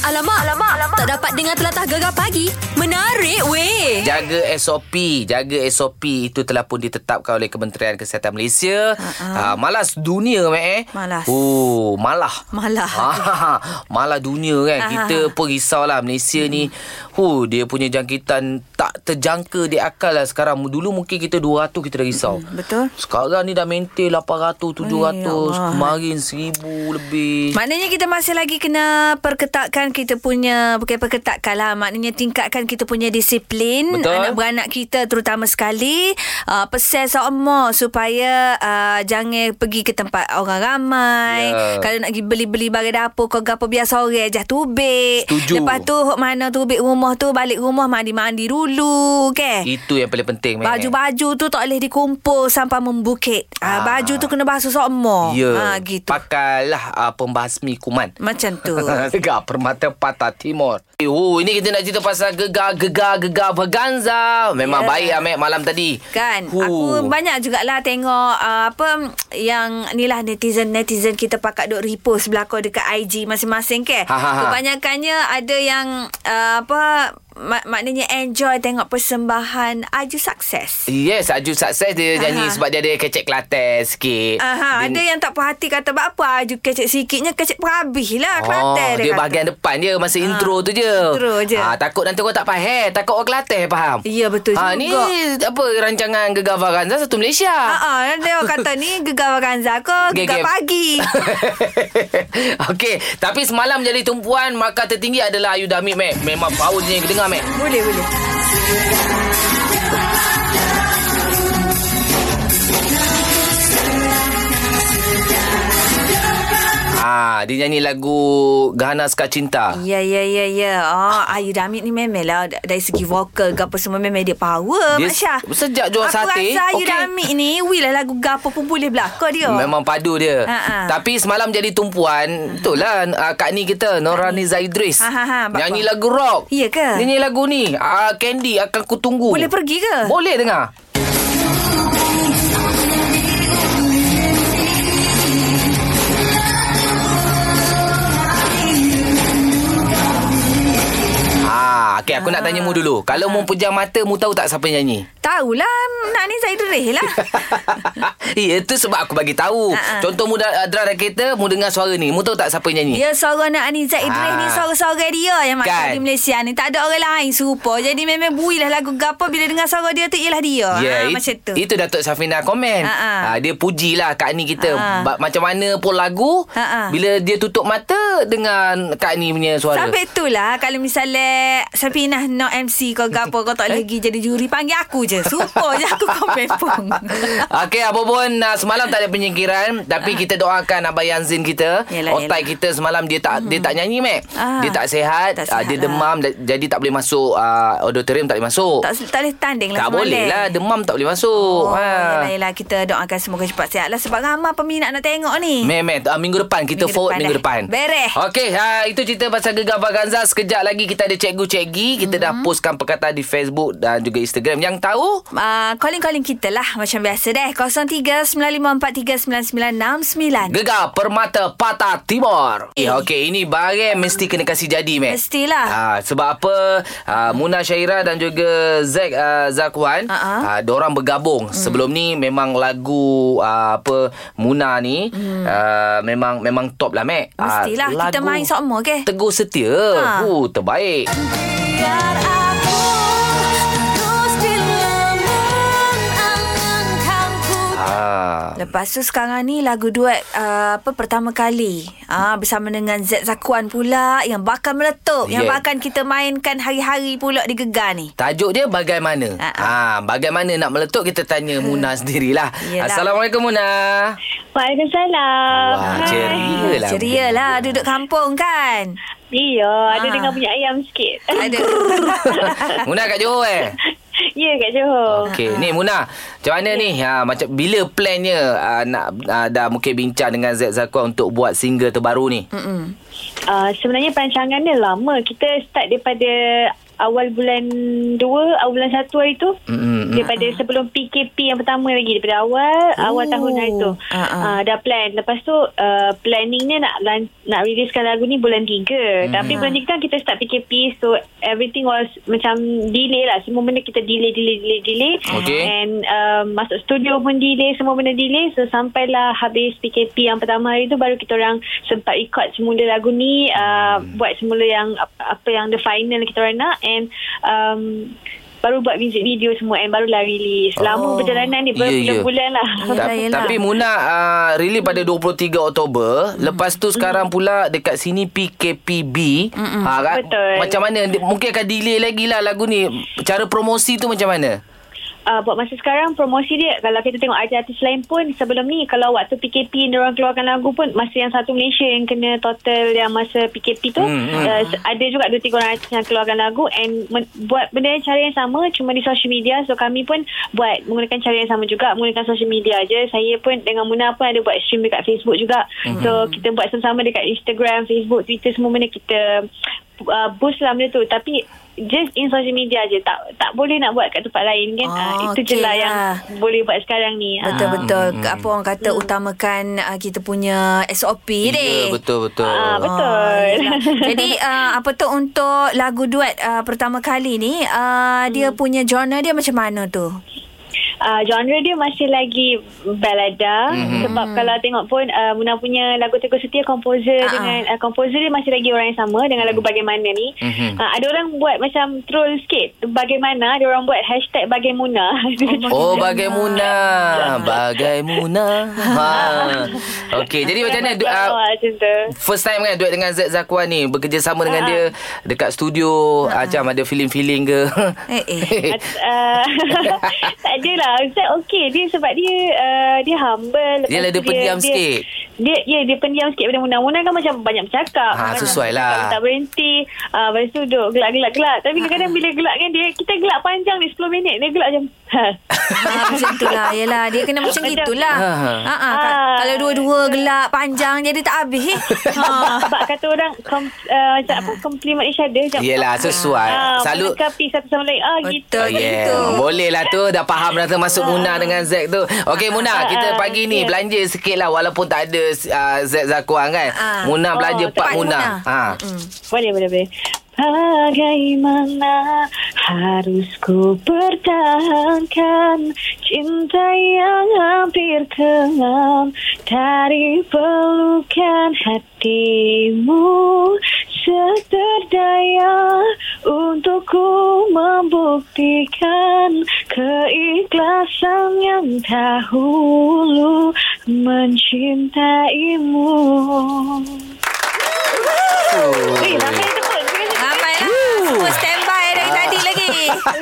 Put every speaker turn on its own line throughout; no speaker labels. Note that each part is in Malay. Alamak, alamak, alamak. Tak dapat dengar telatah gegar pagi. Menarik weh.
Jaga SOP Jaga SOP Itu telah pun ditetapkan oleh Kementerian Kesihatan Malaysia uh-huh. uh, Malas dunia Mek eh
Malas.
Oh Malah
Malah.
ah, Malah dunia kan
Ah.
uh-huh. Kita pun risaulah Malaysia hmm. ni huh, Dia punya jangkitan Tak terjangka di akal lah sekarang Dulu mungkin kita 200 kita dah risau
Mm, betul.
Sekarang ni dah maintain 800, 700
Ya Allah.
Kemarin 1000 lebih
Maknanya kita masih lagi kena perketatkan kita punya bukan perketatkan lah maknanya tingkatkan kita punya disiplin
Betul.
anak beranak kita terutama sekali uh, pesel sama supaya uh, jangan pergi ke tempat orang ramai
Ya.
kalau nak pergi beli-beli barang dapur kau gapo biasa orang je tubik
Setuju.
lepas tu hok mana tubik rumah tu balik rumah mandi-mandi dulu ke
Itu yang paling penting Mek.
Baju-baju tu tak boleh dikumpul sampai membukit. Ah.
Ah.
Baju tu kena basuh semua.
Ya
Ah, gitu.
Pakailah uh, pembasmi kuman
Macam tu.
Gegar Permata Patah Timur Eh, Oh, ini kita nak cerita pasal gegar, gegar, gegar Berganza
Ya.
Memang yeah. baik Amek malam tadi
Kan Ooh. Aku banyak jugalah tengok uh, Apa Yang ni lah netizen-netizen Kita pakat duk repost Belakang dekat IG masing-masing ke
Ha, ha, ha.
Kebanyakannya Ada yang uh, Apa mak- Maknanya enjoy Tengok persembahan Aju sukses
Yes, Aju sukses dia nyanyi
Aha.
sebab dia ada kecek Kelantan sikit.
Aha, ada
dia,
yang tak puas hati kata "Buat apa Aju kecek sikitnya kecek perabih lah
Oh,
Kelantan
dia,
kata.
bahagian depan dia masa intro tu je.
intro je.
Ah, takut nanti kau tak faham, takut orang Kelantan faham.
Ya, betul
Ah,
juga.
ni apa rancangan Gegar Vaganza satu Malaysia.
Ha dia orang kata ni gegar Vaganza ke gegar
Gegem.
pagi.
Okey, tapi semalam jadi tumpuan markah tertinggi adalah Ayu Damit, Mac. Memang power dia yang dengar, Mac.
boleh boleh.
Ah, dia nyanyi lagu Gahana Suka Cinta.
Ya, ya, ya, ya. Oh, Ayu Damit ni memang lah da- dari segi vokal ke apa semua memang dia power,
Dia
Mak Syah.
se- sejak jual
Aku
sate,
rasa Ayu
okey.
Damit ni, weh lah lagu gapo pun boleh belakang dia.
Memang padu dia.
Ha, ha.
Tapi semalam jadi tumpuan, itulah uh, Kak Ni kita, Norani Zaidris.
Ha, ha, ha, buat
Nyanyi
apa?
lagu rock.
Iya Ya ke?
Dia nyanyi lagu ni, uh, Candy akan ku tunggu.
Boleh pergi ke?
Boleh dengar. Ah, okay, aku nak tanya mu dulu. Kalau mu pejam mata, mu tahu tak siapa yang nyanyi?
Tahulah, nak ni saya derih lah.
ya, itu sebab aku bagi tahu.
Ha, ha.
Contoh mu dah drive dalam kereta, mu dengar suara ni. Mu tahu tak siapa yang nyanyi?
Dia seorang Ya, nak Aniza Idris
Ah.
ni Suara-suara dia Yang makan
Kan.
di Malaysia ni Tak ada orang lain serupa Jadi memang builah lagu gapo Bila dengar suara dia tu Ialah dia ha,
Ya, it-
Macam tu
Itu Datuk Safina komen.
Ha, ha.
Ah, dia pujilah Kak Ni kita.
Ha, ha.
Ba- Macam mana pun lagu,
Ha, ha.
bila dia tutup mata dengan Kak Ni punya suara.
Sampai itulah Kalau misalnya Sapinah no MC Kau gapo Kau tak
Eh?
boleh pergi jadi juri Panggil aku je Supo je aku komen pun
Okey, apa pun uh, semalam tak ada penyingkiran tapi kita doakan Abang Yanzin kita,
Yalah,
otak kita semalam dia tak dia tak nyanyi mek.
Ah.
dia tak sihat,
Tak sihat
ah, dia
lah.
demam da- jadi tak boleh masuk uh, auditorium tak boleh masuk.
tak, tak boleh tanding lah
tak
semalam.
boleh lah demam tak boleh masuk.
Oh,
ha.
yelah, yelah, kita doakan semoga cepat sihat lah Sebab ramai peminat nak tengok ni
Memet uh, minggu depan kita
Minggu
forward
depan
minggu
dah.
depan.
Beres.
Okey, ha itu cerita pasal Gegar Vaganza. Sekejap lagi kita ada cikgu cikgi, kita mm-hmm.
Mhm.
dah postkan perkataan di Facebook dan juga Instagram. Yang tahu
Uh, calling-calling kita lah Macam biasa deh 03-9543-9969
Gegar Permata Patah Timur. Eh, okey, ini barang mesti kena kasih jadi, Mek.
Mestilah.
Ha, sebab apa ha,
Hmm.
Muna Syaira dan juga Zack uh, Zakwan,
Ha, ha.
ha, diorang
Hmm.
bergabung. Sebelum ni memang lagu uh, apa Muna ni uh, memang memang top lah, Mek. Ah,
Hmm. Mestilah Kita
lagu
main sama ke
Teguh Setia.
Ha.
Ha. Uh, terbaik.
Biar aku terus dilemah angankanku
Ha.
Lepas tu sekarang ni lagu duet uh, apa pertama kali uh, bersama dengan Z Zakuan pula yang bakal meletup yeah. yang
Yeah.
bakal kita mainkan hari-hari pula di Gegar ni.
Tajuk dia bagaimana?
Ha, ha.
Ha, bagaimana nak meletup kita tanya Muna sendirilah.
Yelah.
Assalamualaikum Muna.
Waalaikumsalam.
Wah,
Hai.
ceria lah.
Ceria lah duduk kampung kan.
Iya,
Ah.
ada dengar bunyi ayam sikit.
Ada.
Muna kat Johor eh?
ya, kat Johor.
Okey, ni Muna. Macam mana ni? Ha, macam bila plannya uh, nak uh, dah mungkin bincang dengan Z Zakwan untuk buat single terbaru ni?
Mm-mm.
Ah.
Ah, Uh, sebenarnya perancangan dia lama. Kita start daripada awal bulan 2, awal bulan 1 hari tu.
Mm-mm.
Daripada sebelum PKP yang pertama lagi daripada awal
Ah. Oh.
awal tahun hari tu.
Ah, ah.
Ah, dah plan. Lepas tu uh, planningnya nak lan- nak riliskan lagu ni bulan 3.
Mm-hmm.
Tapi bulan 3 kan kita start PKP so everything was macam delay lah. Semua benda kita delay delay delay delay.
Okay.
And um, masuk studio pun delay, semua benda delay. So sampailah habis PKP yang pertama hari tu baru kita orang sempat record semula lagu ni, uh,
Hmm.
buat semula yang ap- apa yang the final kita orang nak and um, baru buat music video semua and barulah release.
Oh.
Lama perjalanan ni
Ya, ya.
berbulan-bulan lah.
Yelah,
Ta-
yelah.
Tapi Muna uh, rilis pada 23 Oktober. Lepas tu sekarang pula dekat sini PKPB. Ha, kan?
Betul.
Macam mana? Di- Mungkin akan delay lagi lah lagu ni. Cara promosi tu macam mana?
uh, buat masa sekarang promosi dia kalau kita tengok artis-artis lain pun sebelum ni kalau waktu PKP dia orang keluarkan lagu pun masa yang satu Malaysia yang kena total yang masa PKP tu
Hmm,
hmm,
hmm.
Uh, ada juga dua tiga orang artis yang keluarkan lagu and men- buat benda yang cara yang sama cuma di social media so kami pun buat menggunakan cara yang sama juga menggunakan social media je saya pun dengan Muna pun ada buat stream dekat Facebook juga hmm. so kita buat sama-sama dekat Instagram Facebook Twitter semua benda kita uh, boost lah benda tu tapi just in social media je tak tak boleh nak buat kat tempat lain kan
Ah,
ah, itu je
okey
lah yang
lah.
boleh buat sekarang ni Ah.
Betul-betul hmm. apa orang kata utamakan uh, kita punya SOP deh.
Ya, betul-betul.
Ah, betul.
yelah. Jadi uh, apa tu untuk lagu duet uh, pertama kali ni uh, dia punya genre dia macam mana tu?
uh, genre dia masih lagi balada mm-hmm. sebab kalau tengok pun uh, Muna punya lagu Teguh Setia
Ah.
komposer uh-huh. dengan uh, komposer dia masih lagi orang yang sama dengan lagu Bagaimana ni
Mhm.
mm-hmm. uh, ada orang buat macam troll sikit Bagaimana dia orang buat hashtag Bagaimuna
Oh, bagai Muna. Bagai Muna. Ha. Okey, jadi macam mana? Du-
uh,
Uh,
macam tu
First time kan duet dengan Z Zakwan ni Bekerjasama dengan dia Dekat studio Macam ada feeling-feeling ke
Ha. Eh, eh.
Uh, tak adalah Ustaz okey dia sebab dia uh, dia humble Lepas
Dia lah
tu
dia pendiam sikit.
dia, dia ya dia pendiam sikit pada Muna-Muna kan macam banyak bercakap
Ha,
Banyak
sesuai lah. Ha.
bercakap, tak berhenti uh, lepas tu duduk gelak-gelak-gelak tapi kadang-kadang bila gelak kan dia kita gelak panjang ni 10 minit dia gelak macam ha.
Ha, macam itulah Yelah dia kena macam
Macam-
gitulah
Ha, ha.
ha, ha. ka-
Ah.
Kalau dua-dua gelap panjang Jadi tak habis eh. ha.
sebab kata orang kom, uh, macam apa compliment each other macam,
Yelah sesuai
ah,
Selalu
melengkapi satu sama lain ah gitu
Betul. Ha.
Oh, yeah.
gitu.
Boleh lah tu Dah faham dah termasuk Muna dengan Zack tu Okey
Ha,
Muna Kita
ah,
pagi ni
yeah.
Belanja sikit lah Walaupun tak ada uh, Zack Zakuan kan
Ah.
Muna
Oh,
belanja
tempat
Pak Muna,
Muna.
Ha.
Boleh, boleh, boleh. Bagaimana harus ku pertahankan cinta yang hampir tenggelam dari pelukan hatimu seterdaya untuk ku membuktikan keikhlasan yang dahulu mencintaimu. Eh, ramai yang tepuk. Terima kasih.
Ramai lah Semua stand by dari tadi lagi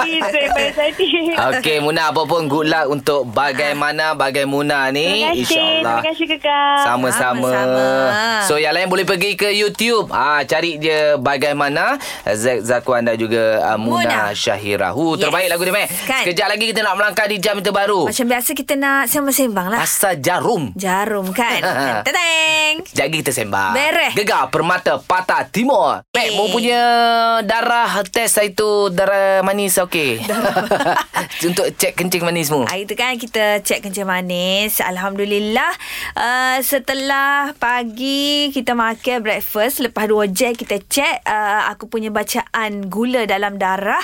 Please, terima kasih.
Okey Muna Apa pun good luck Untuk bagaimana Bagai Muna ni
Terima kasih.
InsyaAllah
Terima kasih, Kakak.
Sama-sama.
Sama-sama.
So yang lain boleh pergi ke YouTube. Ah cari je bagaimana Zack Zakuan dan juga uh, Muna,
Muna.
Syahira. Hu
Yes.
terbaik lagu ni meh.
Kan?
Sekejap lagi kita nak melangkah di jam terbaru.
Macam biasa kita nak sembang-sembang lah
Pasar jarum.
Jarum kan
Ha,
Tadang
Sekejap lagi kita sembang.
Beres.
Gegar Permata Patah Timur. Mek, mu punya darah test itu darah manis okey. Untuk cek kencing manismu.
Hari tu kan kita cek kencing manis. Alhamdulillah. Uh, setelah pagi kita makan breakfast. Lepas dua jam kita cek. Uh, aku punya bacaan gula dalam darah.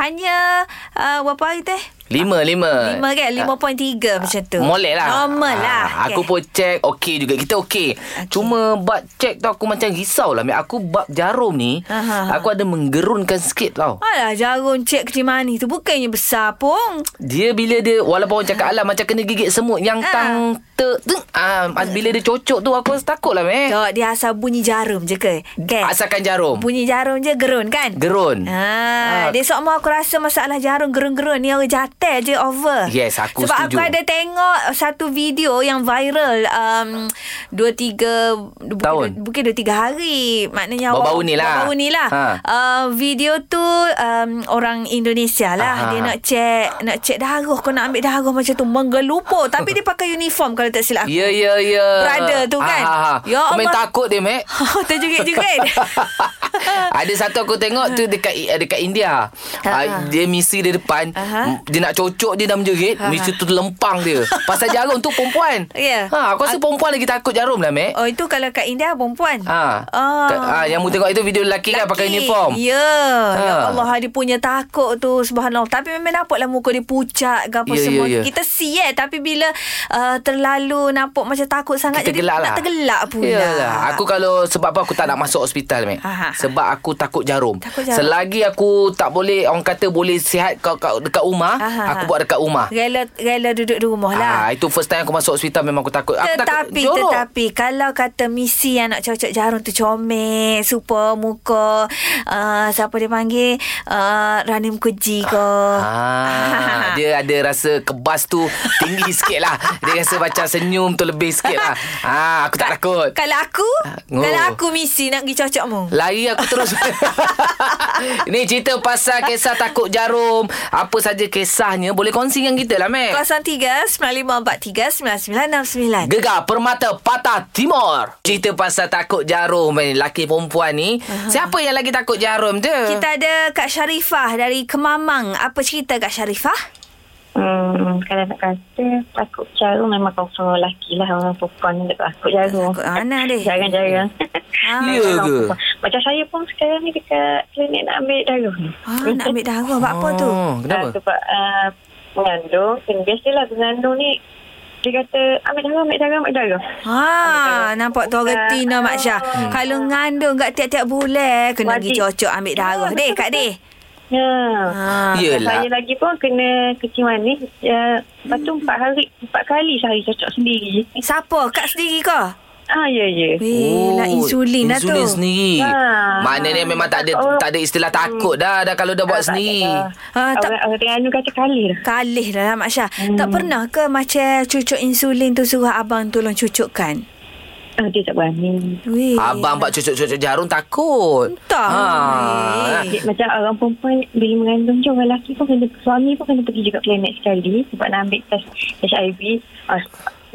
Hanya uh, berapa hari teh?
Lima, lima.
Lima kan? 5.3 macam tu.
Molek Ah. lah
Normal lah.
Ah, Aku pun check Okey juga Kita okey okay. Cuma buat check tu Aku macam risau lah Mek. Aku bab jarum ni
Aha.
Aku ada menggerunkan sikit tau
Alah jarum cek kencing manis tu bukannya besar pun.
Dia bila dia Walaupun orang cakap Alah macam kena gigit semut Yang
Ah.
tang te, te, ah, Bila dia cocok tu Aku rasa takut lah meh
Tak, dia asal bunyi jarum je ke? Kan?
Asalkan jarum
Bunyi jarum je gerun kan?
Gerun
Ha,
Ah.
dia sok mau aku rasa masalah jarum gerun-gerun ni orang jatah je over.
Yes, aku
Sebab
setuju.
aku ada tengok satu video yang viral um, dua tiga bukan
Tahun.
dua- Bukan dua tiga hari. Maknanya awak-
Baru-baru ni lah.
Baru-baru ni lah.
Ha.
Uh, video tu um, orang Indonesia lah.
Aha.
Dia nak cek nak cek darah. Kau nak ambil darah macam tu menggelupur. Tapi dia pakai uniform kalau tak silap aku.
Ya ya ya
Brother tu kan?
ah, ah, ah.
Ya
Kau main
Allah.
takut dia Mek
Terjungkit-jungkit.
Ada satu aku tengok tu dekat eh, dekat India.
Ha.
Uh, dia misi di depan,
Aha.
dia nak cocok dia dah menjerit,
Ha.
misi tu terlempang dia. Pasal jarum tu perempuan.
Ya.
Ha, aku rasa perempuan lagi takut jarum lah, Mek.
Oh itu kalau kat India perempuan.
Ha.
Ah.
Kat- ha yang mu tengok itu video lelaki, kan pakai uniform.
Ya. Yeah. Ya
Ha.
Allah dia punya takut tu subhanallah. Tapi memang nampaklah muka dia pucat ke apa
Ya, ya,
semua.
ya.
Kita see eh tapi bila uh, terlalu nampak macam takut sangat
Kita
jadi
gelak
nak
lah.
tergelak pula.
Yalah. Aku kalau sebab apa aku tak nak masuk hospital Mek.
Ha, ha.
Sebab aku takut jarum.
Takut jarum.
Selagi aku tak boleh orang kata boleh sihat kau, kau dekat rumah,
Ha, ha,
aku
ha.
buat dekat rumah.
rela rela duduk di rumah lah.
Ah, itu first time aku masuk hospital memang aku takut. Aku
Tetapi
takut jorok.
tetapi kalau kata misi yang nak cocok jarum tu comel, super muka uh, siapa dia panggil uh, Rani Mukerji ke.
Ah, dia ada rasa kebas tu tinggi sikit lah. Dia rasa macam senyum tu lebih sikit lah. Ah, aku tak takut.
Kalau aku,
Oh.
kalau aku misi nak pergi cocok mu.
Lari aku terus Ni cerita pasal Kisah takut jarum Apa saja kisahnya Boleh kongsi dengan kita lah Mac
03-9543-9969
Gegar Permata Patah Timur Cerita pasal takut jarum ni Laki perempuan ni Siapa yang lagi takut jarum tu?
Kita ada Kak Syarifah dari Kemamang. Apa cerita Kak Syarifah?
Hmm, kalau nak kata takut jarum memang confirm orang lelaki lah orang perempuan yang tak takut jarum.
Takut ah, anak dia.
Jarang-jarang.
Ah.
Ya ke?
Macam saya pun sekarang ni dekat klinik nak ambil darah.
Ah, nak ambil darah buat apa tu?
Oh, Kenapa?
Ah, sebab uh, mengandung. Kan Biasalah mengandung ni dia kata ambil darah, ambil darah, ambil darah.
Ah.
Ha, nampak tu orang Tina Mak Syah.
Hmm.
Kalau ngandung kat tiap-tiap bulan, kena pergi
Wajib.
cocok ambil darah. Deh, Kak Deh.
Ya.
Ha.
Ya. Yelah.
Saya lagi pun kena kencing manis. Uh, lepas tu empat hari, empat kali sehari cocok sendiri.
Ya.
Siapa? Kak sendiri ke?
Ah, ya, ya.
Weh, lah insulin lah tu.
Oh, Insulin sendiri
Ah.
Maknanya memang tak ada
Oh.
Tak ada istilah takut dah Dah kalau dah buat
Ah, tak
sendiri
ada.
Ah, tak-
Orang, orang Terengganu kata kali lah.
Kalih dah lah Mak Syah. Tak pernah ke macam cucuk insulin tu suruh abang tolong cucukkan?
Ah, dia tak berani.
Weh.
Abang buat cucuk-cucuk jarum takut
Eh.
Ha.
Entah.
Ah.
Weh.
Dia, macam orang perempuan bila mengandung je orang lelaki pun kena suami pun kena pergi juga klinik sekali sebab nak ambil tes HIV. Ah,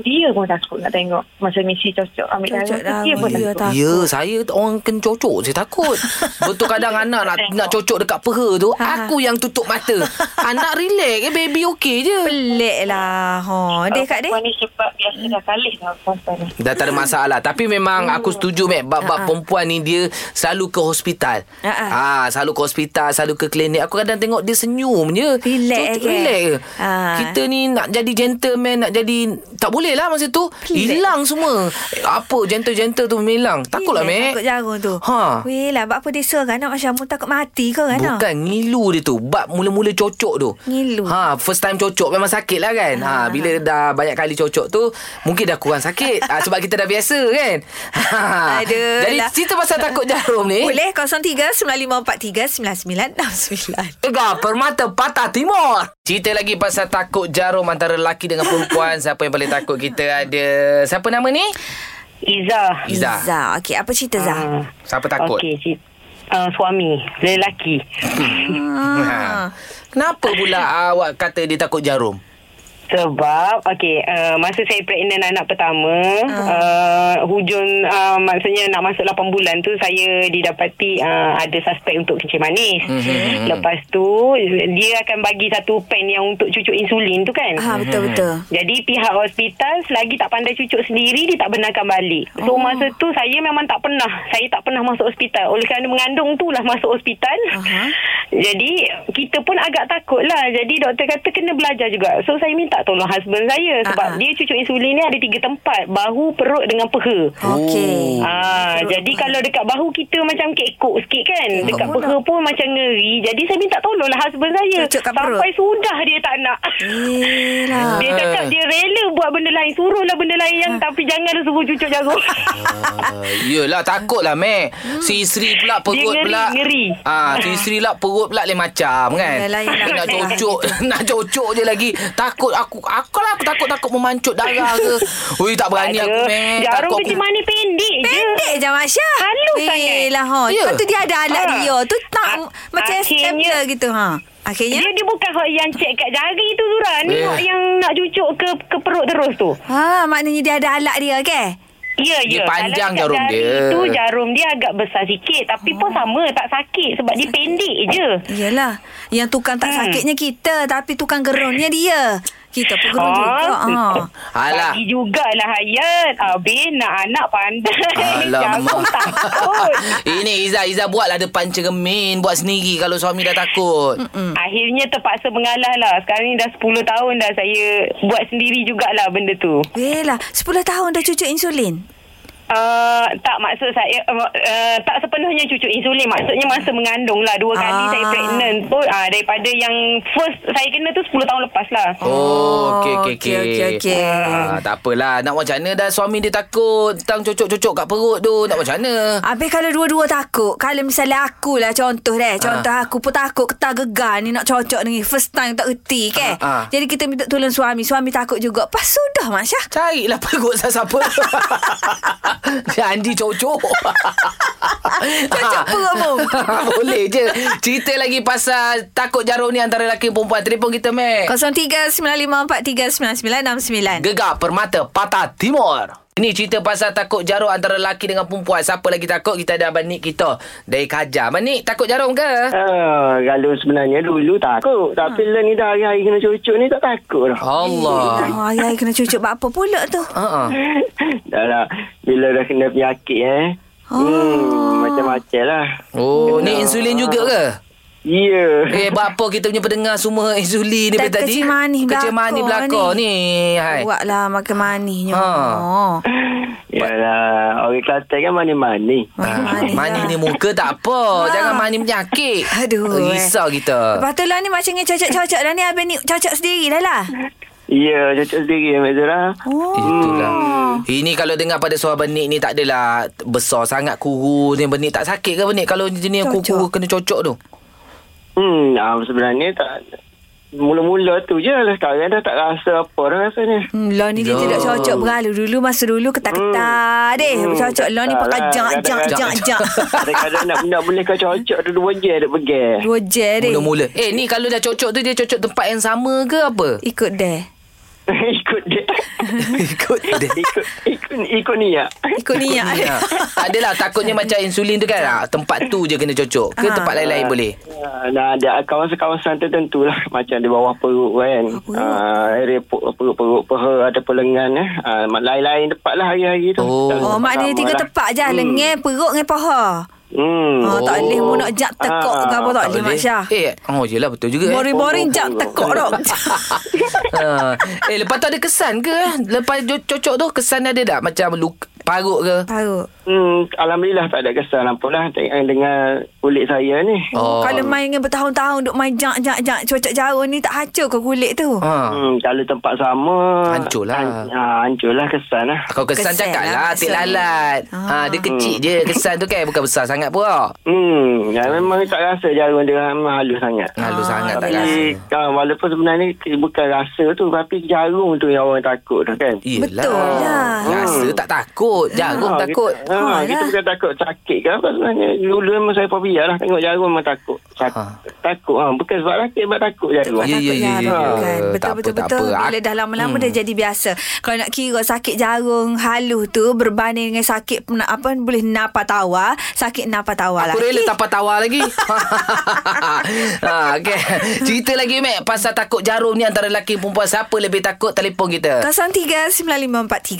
dia pun takut nak tengok masa misi cocok ambil
Cocok
darah. Dia
darah,
pun
dia
takut.
Takut.
Ya, saya t- orang kena cocok. Saya takut. Betul kadang anak nak, nak cocok dekat peha tu,
Ha.
aku yang tutup mata. anak relax, eh, baby okey je.
Pelik lah. Ha, deh Kak Deh.
Perempuan ni Ah, sebab biasa dah kalih lah perempuan ni.
Dah tak ada masalah Tapi memang
Oh.
aku setuju Mac
Ha,
Bab-bab perempuan ni Dia selalu ke hospital
Ha-ha.
ha, Selalu ke hospital Selalu ke klinik Aku kadang tengok dia senyum je
Relax
Cucuk-
ke?
Relax je
Ha.
Kita ni nak jadi gentleman Nak jadi Tak boleh lah masa tu Hilang semua Apa gentle-gentle tu hilang Takutlah Mac
Takut jarum tu.
lah, Ha.
Weh lah, buat apa dia suruh kan nak Mak Syah? Mu takut mati ke kan? nak?
Bukan ngilu dia tu Bab mula-mula cocok tu
Ngilu. Ah.
Ha first time cocok Memang sakit lah kan ha, Bila dah banyak kali cocok tu Mungkin dah kurang sakit ha, Sebab kita dah biasa kan ha.
Aduh
Jadi
lah.
cerita pasal takut jarum ni
Boleh 03-9543-9969
Tegar Permata Patah Timur Cerita lagi pasal takut jarum Antara lelaki dengan perempuan Siapa yang paling takut kita ada Siapa nama ni?
Iza.
Iza.
Iza Okey apa cerita Iza?
Ah,
Siapa takut?
Okey, si uh,
ah,
suami lelaki.
Ah.
Ha. Kenapa pula awak kata dia takut jarum?
Sebab okey uh, masa saya pregnant anak pertama uh, hujung uh, maksudnya nak masuk 8 bulan tu saya didapati uh, ada suspek untuk kencing manis.
Mhm.
Lepas tu dia akan bagi satu pen yang untuk cucuk insulin tu kan.
Ha
Hmm.
betul-betul
Jadi pihak hospital selagi tak pandai cucuk sendiri dia tak benarkan balik. So oh.
Oh.
masa tu saya memang tak pernah. Saya tak pernah masuk hospital. Oleh kerana mengandung tu lah masuk hospital.
Aha.
Jadi kita pun agak takut lah. Jadi doktor kata kena belajar juga. So saya minta tolong husband saya sebab
Aha.
dia cucuk insulin ni ada tiga tempat. Bahu, perut dengan peha.
Oh.
Okey
Ah, jadi kalau dekat bahu kita macam kekok sikit kan. Dekat
pula.
peha pun macam ngeri. Jadi saya minta tolonglah husband saya.
Cucuk kat perut.
Sampai sudah dia tak nak.
Eh
Ah.
lah
Dia cakap dia rela buat benda lain. Suruhlah benda lain yang tapi janganlah suruh cucuk jarum.
Ah, Yelah takutlah Mac Si isteri pula perut
ngeri,
pula
ngeri.
Ah, Si isteri pula perut pula lain macam kan
Yelah, yelah.
Dia nak cocok Nak cocok je lagi Takut aku Aku lah aku takut-takut memancut darah ke Ui tak berani aku
Ada.
Mac
Jarum
Takut aku
kecil manis pendek, je.
Pendek je Masya
Halus sangat.
lah ha.
Ya.
ya? Lepas tu dia ada alat
Ha.
dia Tu tak
A-
macam
akhirnya-
stapler gitu ha. Akhirnya
Dia, dia bukan hot yang cek kat jari tu Zura. Ni
ya. Eh.
hot yang nak cucuk ke ke perut terus tu.
Ha maknanya dia ada alat dia ke
Ya,
Dia
ya.
panjang
Kalau
jarum
dekat jari
dia. Oh.
tu jarum dia agak besar sikit. Tapi pun sama, tak sakit sebab dia pendek je.
Yelah. Yang tukang
Hmm.
tak sakitnya kita. Tapi tukang gerunnya dia. Kita pun
Oh.
gerun juga. Ha.
ah. Alah.
Ah. Bagi jugalah Hayat. Habis nak anak pandai. Jarum
Alamak.
takut.
Ini Iza Iza buatlah depan cermin Buat sendiri Kalau suami dah takut
Hmm.
Akhirnya terpaksa mengalah lah. Sekarang ni dah 10 tahun dah saya buat sendiri jugalah benda tu.
Yelah. 10 tahun dah cucuk insulin.
Uh, tak maksud saya uh, uh, tak sepenuhnya cucu insulin maksudnya masa mengandung lah dua kali
Ah.
saya pregnant tu uh, daripada yang first saya kena tu 10 tahun lepas lah
Oh,
Oh, okey okey okey.
okey, okey, okey.
Ah, tak apalah. Nak macam mana dah suami dia takut tang cucuk-cucuk kat perut tu. Nak macam mana?
Habis kalau dua-dua takut Kalau misalnya akulah contoh deh Contoh
Ah.
aku pun takut Ketar gegar ni nak cocok ni First time tak erti ke
Ah, ah.
Jadi kita minta tolong suami Suami takut juga Pas sudah Mak Syah
Carilah perut siapa-siapa. Janji cucuk.
Cucuk perut pun.
Boleh je. Cerita lagi pasal takut jarum ni antara lelaki dan perempuan. Telefon kita, Mac.
0395439969
Gegar Permata Patah Timur. Ini cerita pasal takut jarum antara lelaki dengan perempuan. Siapa lagi takut? Kita ada Abang Nik kita. Dari Kajar. Abang Nik, takut jarum ke?
Ah, kalau sebenarnya dulu takut.
Hmm.
Tapi ha. lah ni dah hari-hari kena cucuk ni tak takut lah. dah.
Allah.
Oh, ayah kena cucuk buat apa pula tu?
Uh-uh.
dah lah. Bila dah kena penyakit eh.
Oh.
Hmm, macam-macam lah.
Oh, ni insulin juga ke?
Ya.
Eh, berapa kita punya pendengar semua insulin ni
Tak,
dari tadi?
kecil manis
Kecil
belakang
manis belakang ni. Hai.
Buatlah makan manisnya.
Ha.
Oh.
Yalah, orang kata kan mana-mana.
Makan
Ah,
manis
manis
lah.
ni muka tak apa.
Ha.
Jangan manis penyakit.
Aduh.
Risau
eh.
kita.
Lepas tu lah ni macam ni cocok-cocok dah ni. Abang ni cocok sendiri dah lah.
Ya, cucuk sendiri Mak Zura.
Oh.
Itulah. Ini kalau dengar pada suara benik ni tak adalah besar sangat kuru ni benik tak sakit ke benik kalau jenis
Cocok.
kuru kena cocok tu.
Hmm, ah, sebenarnya tak... Mula-mula tu je lah. Sekarang dah tak rasa apa dah rasanya.
Hmm, Lon ni dia
Yo.
tidak cocok beralu dulu masa dulu ketak-ketak deh.
Hmm,
Cocok Lon ni
ketak
pakai
lah.
jak jak
Kadang-kadang-
jak jak.
Kadang-kadang nak, nak boleh kau cocok tu dua je ada begel.
Dua je deh.
Mula-mula. Eh ni kalau dah cocok tu dia cocok tempat yang sama ke apa?
Ikut deh.
ikut dia.
Ikut dia.
ikut, ikut, ikut ni ya.
Ikut niat.
Ya. Tak adalah takutnya macam insulin tu kan ah, Tempat tu je kena cocok Ke
Ah.
tempat lain-lain boleh
Ah, Nah, ada kawasan-kawasan tertentu lah. Macam di bawah perut kan.
Perut.
Uh, area perut, perut, perut, peha ada lengan. Eh. Uh, lain-lain tempat lah hari-hari tu.
Oh.
Tak
Oh, maknanya
sama
tiga
lah.
tepat je.
Hmm.
Lengan, perut dengan paha.
Hmm.
Oh, tak
Oh.
boleh mu nak jak tekok
Ah,
ke apa tak boleh, Mak Syah.
Eh oh yelah betul juga eh.
Boring-boring jak tekok dok.
ha. Eh lepas tu ada kesan ke eh? Lepas jo- cocok tu kesan ada tak Macam luk, parut ke
Parut.
Hmm, Alhamdulillah tak ada kesan apa lah dengan, dengan kulit saya ni.
Oh.
Oh.
Kalau main dengan bertahun-tahun duk main jak jak jak cocok jauh ni tak hancur ke kulit tu?
ha.
Hmm, kalau tempat sama
Hancur lah.
han- ah, Hancur lah kesan lah
Kau kesan,
Kesan
cakap
lah,
lah,
maksud
Tik
ni.
lalat
Ah.
ha. Dia kecil je Kesan tu kan Bukan besar sangat pun
Hmm, ya, memang tak rasa jarum dia memang halus sangat.
Halus sangat tak rasa
Tapi ah, walaupun sebenarnya bukan rasa tu tapi jarum tu yang orang takut tu kan.
Yelah.
Betul lah. Hmm.
Rasa tak takut Jarum
Ah,
takut lah.
Kita,
Alah.
ha, kita bukan takut sakit ke apa sebenarnya. Dulu memang saya fobia lah tengok jarum memang takut. Sak-
Ha.
Takut ha. bukan sebab sakit sebab takut jarum.
Ya, ya, ya,
ya.
Kan? Betul,
Tak
betul,
apa, tak
betul.
apa.
Bila
Ak- hmm.
dah lama-lama dah jadi biasa. Kalau nak kira sakit jarung halus tu berbanding dengan sakit pena- apa boleh napa tawa, sakit lah. napa tawa
Aku
lagi.
rela tapar tawar lagi ha, okay. Cerita lagi Mac Pasal takut jarum ni Antara lelaki dan perempuan Siapa lebih takut Telefon kita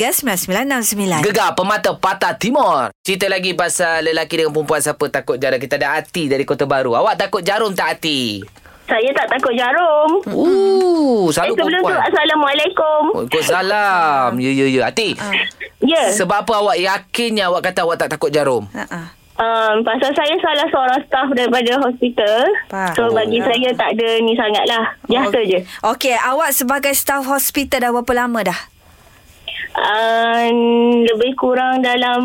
0395439969.
Gegar Pemata Patah Timur Cerita lagi pasal Lelaki dengan perempuan Siapa takut jarum Kita ada Ati dari Kota Baru Awak takut jarum tak Ati?
Saya tak takut jarum. Eh,
Uh, Selalu
sebelum tu,
perempuan
Assalamualaikum.
Waalaikumsalam Ya ya ya Ati
Ya,
Sebab apa awak yakinnya Awak kata awak tak takut jarum
Ha
um, pasal saya salah seorang staf daripada hospital.
Faham.
So, bagi saya tak ada ni sangatlah. Biasa je.
Okey, awak sebagai staf hospital dah berapa lama dah?
Um, lebih kurang dalam...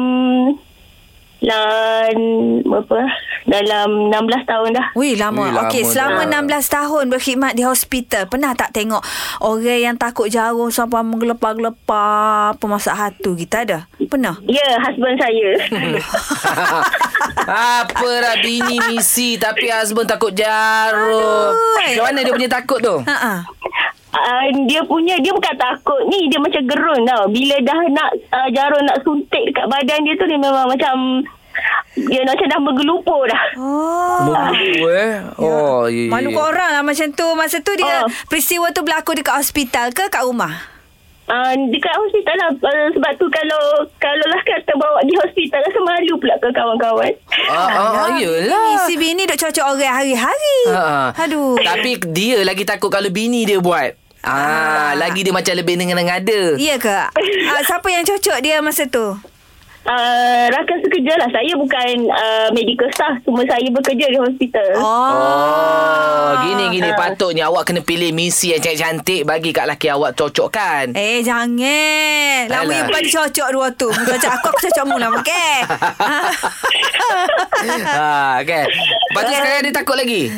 Dan apa dalam 16 tahun dah.
Wih,
Wih,
lama.
lama
Okey, selama
dah.
16 tahun berkhidmat di hospital, pernah tak tengok orang yang takut jarum sampai menggelepar-gelepar pemasak hatu kita ada? Pernah?
Ya, husband saya.
Apa dah bini misi Tapi husband takut jarum Macam mana dia punya takut tu
Ha ah.
uh,
Um,
dia punya dia bukan takut ni dia macam gerun tau bila dah nak uh, jarum nak suntik dekat badan dia tu dia memang macam dia macam dah bergelupur dah
Oh.
Malu eh. Oh, ya. ya,
Malu
ya.
kat orang lah macam tu. Masa tu dia
Oh.
peristiwa tu berlaku dekat hospital ke kat rumah?
uh, dekat hospital lah uh, sebab tu kalau kalau lah kata bawa di hospital rasa malu pula ke kawan-kawan
Ah, ah, ah, yelah.
Si Ya, bini duk cocok orang hari-hari.
Ha.
Aduh.
Tapi dia lagi takut kalau bini dia buat. Ah, lagi dia macam lebih ngada-ngada.
Iya ke? Ah, siapa yang cocok dia masa tu?
uh, rakan sekerja lah saya bukan uh, medical staff cuma saya bekerja di
Oh.
hospital
Oh, gini gini patutnya awak kena pilih misi yang cantik-cantik bagi kat laki awak cocokkan.
Eh jangan Lama
Alah.
yang paling cocok dua tu Mu Cocok aku Aku cocok mu lah Ah. Okay
ha, kan. Lepas tu sekarang dia takut lagi.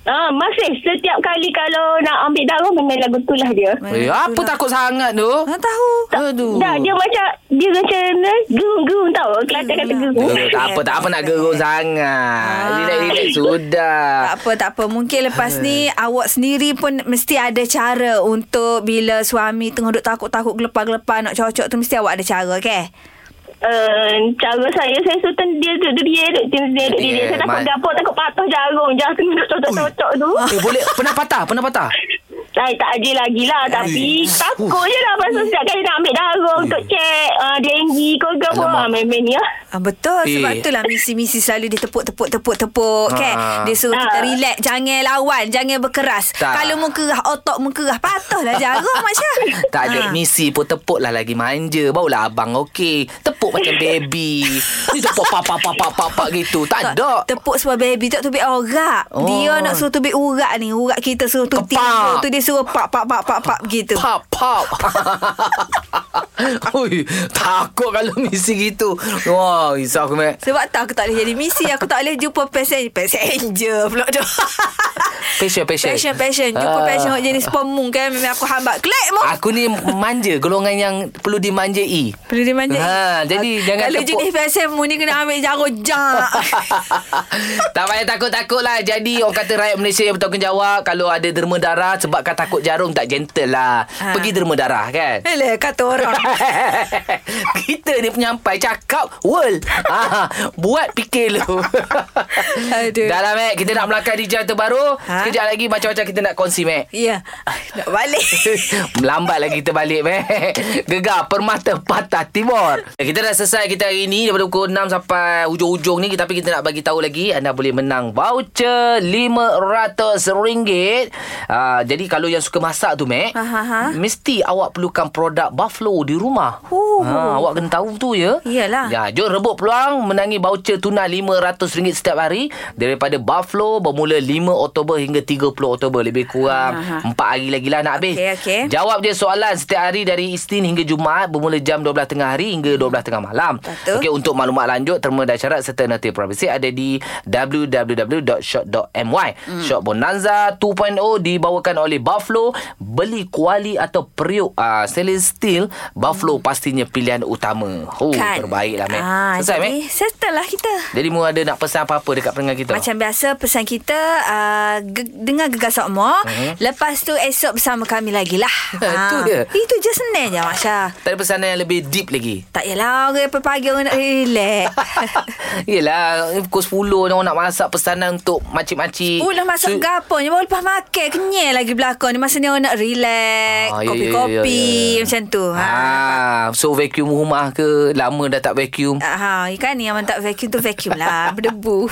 Ah, masih setiap kali kalau nak ambil darah memang lagu tu lah dia.
Eh, apa takut sangat tu?
Tak tahu
Aduh.
Dah dia macam dia macam ni gerung-gerung tau. Kelantan kata gerung.
Eh, tak apa, tak apa nak gerung sangat.
Ah.
Relax-relax sudah.
Tak apa, tak apa. Mungkin lepas ni awak sendiri pun mesti ada cara untuk bila suami tengah duk takut-takut gelepar-gelepar nak cocok tu mesti awak ada cara, okey?
Uh, cara saya saya suruh dia duduk dia duduk dia dia duduk dia. Saya takut
Mat.
dapur takut patah jarum. Jangan kena duduk cocok-cocok tu.
Eh, boleh pernah patah, pernah patah.
Ay, tak aje lagi lah tapi takut je lah pasal setiap kali nak ambil darah untuk cek uh, denggi ke ke apa.
Alamak.
Ah, Main-main ni lah.
Ah, betul
Eh.
sebab itulah misi-misi selalu dia tepuk-tepuk-tepuk-tepuk kan
Ah.
dia suruh kita
Ah.
relax jangan lawan jangan berkeras
Tak.
kalau mu kerah otak mu kerah patahlah jarum Mak Syah
Tak ada
Ah.
misi pun tepuk lah lagi manja. Barulah abang okey. Tepuk macam baby. Ni tepuk pak pak pak pak pak pak gitu. Tak ada.
Tepuk sebab baby tak tubik orak.
Oh.
Oh. Dia nak suruh tubik urat ni. Urat kita suruh tu
Kepak.
tidur. Tu dia suruh pak pak pak pak pak gitu.
Pop pop. Ui, takut kalau misi gitu. Wah, risau aku mek.
Sebab tu aku tak boleh jadi misi. Aku tak boleh jumpa passenger. Passenger pula tu.
Passion passion.
Passion, passion. Jumpa
Ah.
passion hok jenis pemung kan. Memang aku hambat. Klik mu.
Aku ni manja, golongan yang perlu E. dimanjai.
Perlu dia manja.
Ha, jadi jangan
Kalau
tepuk.
jenis passion mu ni kena ambil jarum jak.
tak payah takut-takut lah Jadi orang kata rakyat Malaysia yang bertanggungjawab Kalau ada derma darah Sebabkan takut jarum tak gentle lah
Ha.
Pergi derma darah kan
Alah, kata orang.
Kita ni penyampai Cakap world ha, Buat fikir lu
Aduh.
Dah lah Mac Kita nak melangkah di jam terbaru
Ha?
Sekejap lagi macam-macam kita nak kongsi Mac
Ya. Nak balik.
Lambat lagi kita balik meh. Gegar Permata Patah Timur. Kita dah selesai kita hari ini daripada pukul 6 sampai hujung-hujung ni tapi kita nak bagi tahu lagi anda boleh menang voucher RM500. Uh, jadi kalau yang suka masak tu meh,
Ha, ha, ha.
mesti awak perlukan produk Buffalo di rumah.
Oh.
Ha, awak kena tahu tu ya.
Iyalah.
Ya, jom rebut peluang menangi voucher tunai RM500 setiap hari daripada Buffalo bermula 5 Oktober hingga 30 Oktober. Lebih kurang
Ha, ha.
4 hari lagi lah nak habis.
Okey, okey.
Jawab je soalan setiap hari dari Isnin hingga Jumaat bermula jam 12.30 hari hingga 12.30 malam.
Betul.
Okey, untuk maklumat lanjut, terma dan syarat serta nota privacy ada di www.shop.my. Hmm. Shop Bonanza 2.0 dibawakan oleh Buffalo. Beli kuali atau periuk uh, stainless steel, Buffalo pastinya pilihan utama. Oh, terbaik lah, Mac.
Hmm. Ah,
Selesai,
jadi,
Mac.
Settle lah kita.
Jadi, mu ada nak pesan apa-apa dekat pendengar kita?
Macam biasa pesan kita uh, ge- dengar gegar sokmo
Mhm.
lepas tu esok bersama kami lagi lah.
Ha, tu
Ah,
dia.
Itu je senang je Masya.
Tak ada pesanan yang lebih deep lagi.
Tak yalah orang pagi orang nak relax.
Yelah Pukul 10 ni Orang nak masak pesanan Untuk makcik-makcik
Ulah masuk
Su-
gapo ni baru lepas makan kenyal lagi belakang ni masa ni orang nak relax,
Ah, ya,
kopi-kopi
ya, ya, ya.
macam tu. Ha.
Ah, so vacuum rumah ke lama dah tak vacuum.
Ah, Ha, ikan ni yang tak vacuum tu vacuum lah Berdebu